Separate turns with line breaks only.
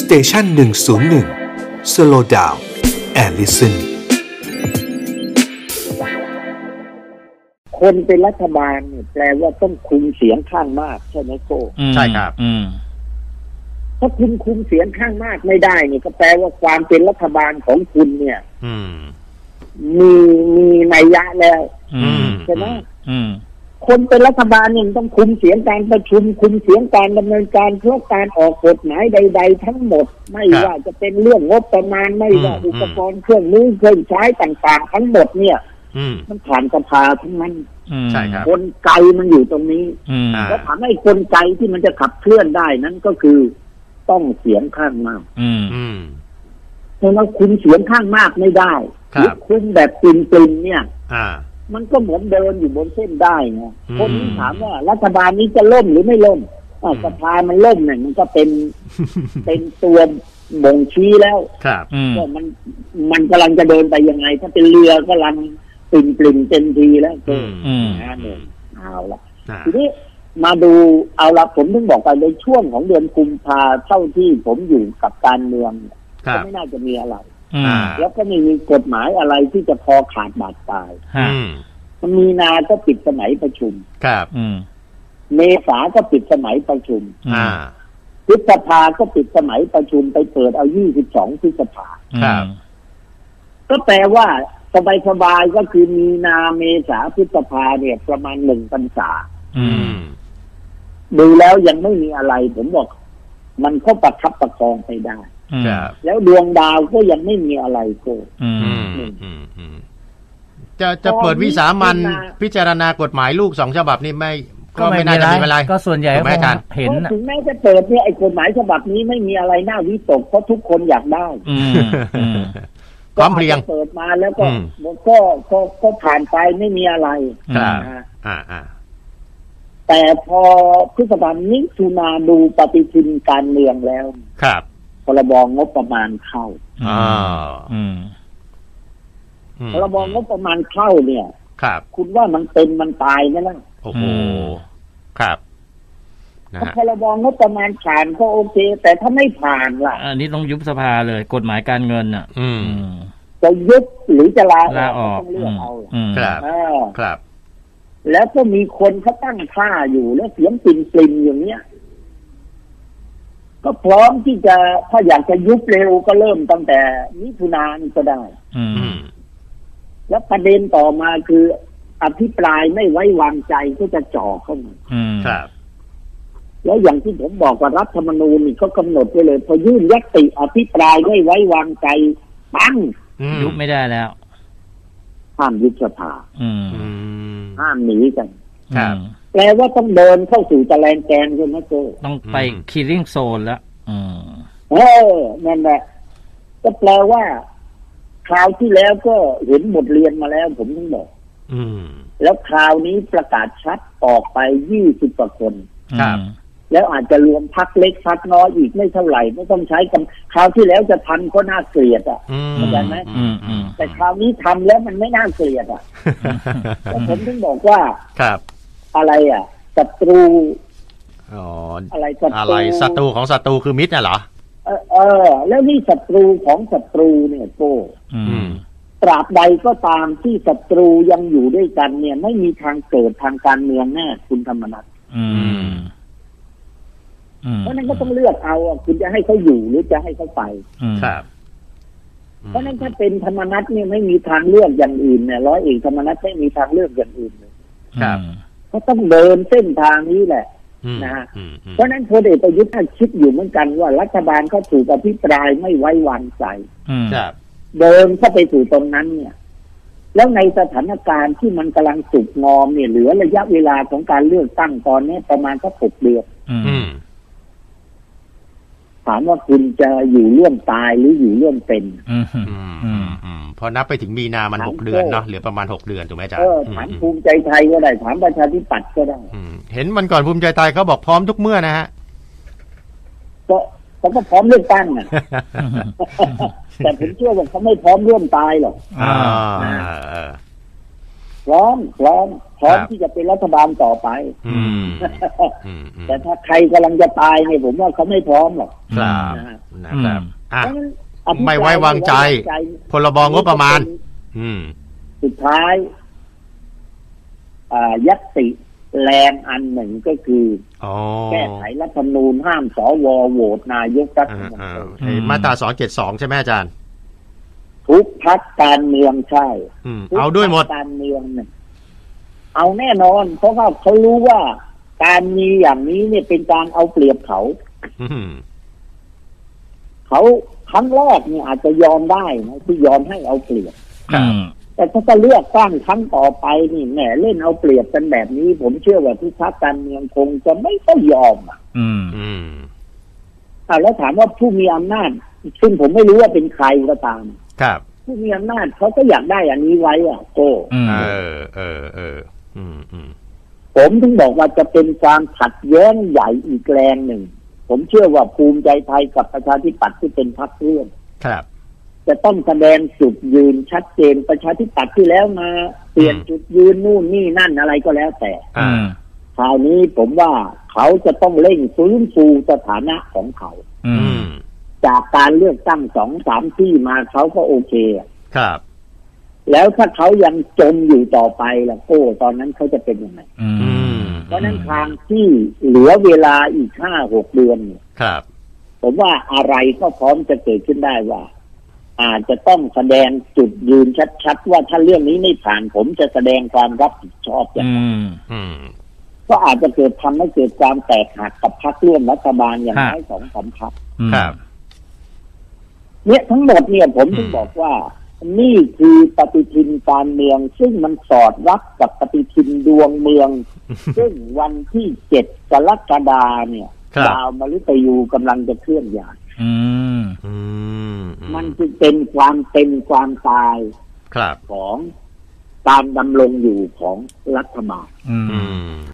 สเตชันหนึ่งศูนย์หนึ่งสโลดาวแอลลิสัน
คนเป็นรัฐบาลเนี่ยแปลว่าต้องคุมเสียงข้างมากใช่ไหมโก้
อืม
ใช่ครับ
อืม
ถ้าคุณคุมเสียงข้างมากไม่ได้เนี่ยก็แปลว่าความเป็นรัฐบาลของคุณเนี่ย
อืม
มีมีนัยยะแล้ว
อื
อื
ม
ม
ใช่ไหม
อืม
คนเป็นรัฐบาลเนี่ยมันต้องคุมเสียงการประชุม คุมเสียงการดำเนินการเพราะการออกกฎหมายใด ๆ ทั้งหมด ไม่ว่าจะเป็นเรื่องงบประมาณไม่ว่าอุปกรณ์เครื่องมือเครื่องใช้ต่างๆ ทั้งหมดเนี่ย
อืม
มันผ่านสภาทั้งนั้น
อืม
ใช่ครับ
กลไกมันอยู่ตรงนี้
อืม
อ่า
แล้วถามให้กลไกที่มันจะขับเคลื่อนได้นั้นก็คือต้องเสียงข้างมาก
อืม
อืม
เพราะฉะนั้นคุณเสียงข้างมากไม่ได้
ครับ
หรือคุณแบบปรินๆเนี่ย
อ่า
มันก็เหมือนเดินอยู่บนเส้นได้ไง
อืม
คนที่ถามว่า รัฐบาลนี้จะล่มหรือไม่ล่มอ่ะ
อืม
สภามันล่มเนี่ยมันก็เป็น เป็นตัวบ่งชี้แล้ว
ครับ
อืม
ว่ามันมันกำลังจะเดินไปยังไง ถ้าเป็นเรือกำลังปริ่มปริ่มๆเต็มทีแล้ว
อืม
อืม
นะเนี่ยเอาละ
อ่า
ทีนี้มาดูเอาละผมถึงบอกไปในช่วงของเดือนกุมภาเท่าที่ผมอยู่กับการเมืองเนี่ย
ครั
ก็
บ
ไม่น่าจะมีอะไร
อืม
อ่า
แล้วก็ไม่มีกฎหมายอะไรที่จะพอขาดบาดตาย
ฮะ
อืม
มันมีนาก็ปิดสมัยประชุม
ครับ
อืม
เมษาก็ปิดสมัยประชุม
อ่า
พฤษภาก็ปิดสมัยประชุมไปเปิดเอา 22พฤษภา
ครับ
ก็แปลว่าสบายๆก็คือมีนาเมษาพฤษภาเนี่ย ประมาณหนึ่งพรรษา
อื
อื
ม
ม
ดูแล้วยังไม่มีอะไร ผมบอก มันก็ประคับประคองไปได้
อืม
ครับ
แล้วดวงดาวก็ยังไม่มีอะไรโก
อืม
อืมอืมอืมจะจะเปิดวิสามัน
ตอนนี้ขึ้นมา
พิจารณากฎหมายลูกสองฉบับนี่ไม่ ก็ไม่น่าจะมีอะไร
ก็ส่วนใหญ่
ถูกไหมอาจารย์
เห็นน่ะ
ถึงแม้จะเปิดเนี่ยไอ้กฎหมายฉบับนี้ไม่มีอะไรน่าวิตกเพราะทุกคนอยากได้
อืมอืม
พร้อมเพรียง
ก็อาจจะเปิดมาแล้วก็
อืม
ก็ก็ก็ผ่านไปไม่มีอะไร
ครับ
นะ
อ่าอ่า
แต่พอพฤษภามิถุนาดูปฏิทินการเมืองแล้ว
ครับ
พรบงบประมาณเข้า
อืม
อ๋อ
อืม
ม
พรบงบประมาณเข้าเนี่ย
ครับ
คุณว่ามันเป็นมันตายไหมล่ะ
โอ้โห
อืม
ครับนะ
ถ้า
ฮะ
พรบงบประมาณผ่านก็โอเค แต่ถ้าไม่ผ่านล่ะ
อันนี้ต้องยุบสภาเลยกฎหมายการเงินอ่ะ
อืม
อืม
จะยุบหรือจะลาอ
ลาอ
อ
อก ก
ก็ต้องเลือกเอา
อืม
ครับ
เออ
ครับ
แล้วก็มีคนเขาตั้งท่าอยู่แล้วเสียงปริ่มๆอย่างเนี้ยก็พร้อมที่จะถ้าอยากจะยุบเร็วก็เริ่มตั้งแต่มิถุนายนก็ได้
อืม
อืม
แล้วประเด็นต่อมาคืออภิปรายไม่ไว้วางใจก็จะจ่อเข้ามา
อืม
ครับ
แล้วอย่างที่ผมบอกว่ารัฐธรรมนูญนี่ก็กำหนดไว้เลย พอยื่นยติอภิปรายไม่ไว้วางใจปั้ง
อืม
ยุบไม่ได้แล้ว
ห้ามยุบสภา
อืม
อืม
ห้ามหนีกัน
ครับ
อืม
แปลว่าต้องเดินเข้าสู่ตะแลงแกนใช่ไหมโจ
ต้องไป
อืม
คิลลิ่งโซนแล้ว อืม
เออนั่นแหละก็แปลว่าคราวที่แล้วก็เห็นบทเรียนมาแล้ว ผมต้องบอก
อืม
แล้วคราวนี้ประกาศชัดออกไปยี่สิบกว่าคน
ครับ
แล้วอาจจะรวมพักเล็กพักน้อยอีกไม่เท่าไหร่ ไม่ต้องใช้กันคราวที่แล้วจะทำก็น่าเกลียดอ่ะ
อืม
เข้าใจไหม
อืมอืม
แต่คราวนี้ทำแล้วมันไม่น่าเกลียดอ่ะแต่ผมถึงบอกว่า
ครับ
อะไรอ่ะศัตรู
อ๋อ
อะไรศัตรู
อะไรศัตรูของศัตรูคือมิตรน่ะเหรอ
เออเออ แล้วนี่ศัตรูของศัตรูเนี่ยโต
อื
อื
ม
ม
ตราบใดก็ตามที่ศัตรูยังอยู่ด้วยกันเนี่ย ไม่มีทางเกิดทางการเมืองแน่คุณธรรมนัฐ
อืม อืม
เพราะฉะนั้นก็ต้องเลือกเอาอะคุณจะให้เขาอยู่หรือจะให้เขาไป
อืม
ครับ
เพราะฉะนั้นถ้าเป็นธรรมนัตเนี่ยไม่มีทางเลือกอย่างอื่นเนี่ยร้อยเอกธรรมนัตไม่มีทางเลือกอย่างอื่นเลย
ครับ
ก็ต้องเดินเส้นทางนี้แหละ
อืม
นะฮะ
อืมอืม
เพราะฉะนั้นพลเอกประยุทธ์ท่านคิดอยู่เหมือนกันว่ารัฐบาลเขาถูกอภิปรายไม่ไว้วางใจ
อืม
ครับ
เดินเข้าไปสู่ตรงนั้นเนี่ย แล้วในสถานการณ์ที่มันกำลังสุกงอมเนี่ยเหลือระยะเวลาของการเลือกตั้งตอนนี้ประมาณสักหกเดือน
อื
อื
ม
ม
ถามว่าคุณจะอยู่เรื่องตายหรืออยู่เรื่องเป็น
อืม
อืม
อื
อื
ม
มอืมพอนับไปถึงมีนามัน
ถาม
หกเดือน
เพื่อ
เนาะเหลือประมาณหกเดือนถูกไหมอาจ๊ะ
เออถามภูมิใจไทยก็ได้ถามประชาธิปัตย์ก็ได้
เห็นมันก่อนภูมิใจไทยเขาบอกพร้อมทุกเมื่อนะฮะ
ก็เขาก็พร้อมเลือกตั้งอ่ะ แต่ผมเชื่อว่าเขาไม่พร้อมร่วมตายหรอก
อ่า
อ่า
เออ
พร้อมพร้อมพร้อม
ครับ
ที่จะเป็นรัฐบาลต่อไป
อืมอืมอืม
แต่ถ้าใครกำลังจะตายเนี่ยผมว่าเขาไม่พร้อมหรอก
ครับนะครับอ่ะ
เพราะฉะนั้นอภิปรย
ไม่ไว้วางใจ พรบงบประมาณ อืม
สุดท้ายอ่ายัตติแรงอันหนึ่งก็คือ
อ๋อ
แก้ไขรัฐธรรมนูญห้ามสวโหวตนายกรัฐ
อ่า
น
ม
ต
อ่า
รี
ไอ้มาตราสองเจ็ดสองใช่ไหมอาจารย์
ทุกพักการเมืองใช่
อืม
ทุก
เอาด้วยหมด
พรรคการเมืองเนี่ยเอาแน่นอน เพราะว่าเขารู้ว่าการมีอย่างนี้เนี่ยเป็นการเอาเปรียบเขา
อืม
เขาครั้งแรกเนี่ยอาจจะยอมได้นะที่ยอมให้เอาเปรียบ
ครับ
อืม
แต่ถ้าจะเลือกตั้งครั้งต่อไปนี่แหมเล่นเอาเปรียบกันแบบนี้ ผมเชื่อว่าทุกพักการเมืองคงจะไม่ต้องยอมอ่ะ
อืม
อืม
อ่ะแล้วถามว่าผู้มีอำนาจ ซึ่งผมไม่รู้ว่าเป็นใครก็ตาม
ครับ
ผู้มีอำนาจเขาก็อยากได้อันนี้ไว้อะโก
อืม
เออ เออ เออ อืมอืม
ผมถึงบอกว่าจะเป็นความขัดแย้งใหญ่อีกแรงหนึ่ง ผมเชื่อว่าภูมิใจไทยกับประชาธิปัตย์ที่เป็นพรรคร่วม
ครับ
จะต้องแสดงจุดยืนชัดเจนประชาธิปัตย์ที่แล้วมาเปลี่ยนจุดยืนนู่นนี่นั่นอะไรก็แล้วแต่
อื
อ่าม
คราวนี้ผมว่าเขาจะต้องเร่งฟื้นฟูสถานะของเขา
อื
อื
ม
ม
จากการเลือกตั้งสองสามที่มาเขาก็โอเคอะ
ครับ
แล้วถ้าเขายังจมอยู่ต่อไปล่ะโก้ตอนนั้นเขาจะเป็นยังไง
อื
อื
ม
ม
เพราะฉะนั้นทางที่เหลือเวลาอีกห้าหกเดือนเนี่ย
ครับ
ผมว่าอะไรก็พร้อมจะเกิดขึ้นได้ว่า อาจจะต้องแสดงจุดยืนชัดๆ ว่าถ้าเรื่องนี้ไม่ผ่านผมจะแสดงความรับผิดชอบอย่าง
อืม
อืม
ก็อาจจะเกิดทำให้เกิดความแตกหักกับพรรคร่วมรัฐบาลอย่างน้อยสองสามพรรค
ครับ
เนี่ยทั้งหมดเนี่ยผมถึง
อืม
บอกว่า นี่คือปฏิทินการเมืองซึ่งมันสอดรับกับปฏิทินดวงเมือง ซึ่งวันที่เจ็ดกรกฎาเนี่ย
ครับ
ดาวมฤตยูกำลังจะเคลื่อนย้าย
อืม
อืมอื
มันจึงเป็นความเป็นความตาย
ครับ
ของการดำรงอยู่ของรัฐบาล
อื
อื
ม
ม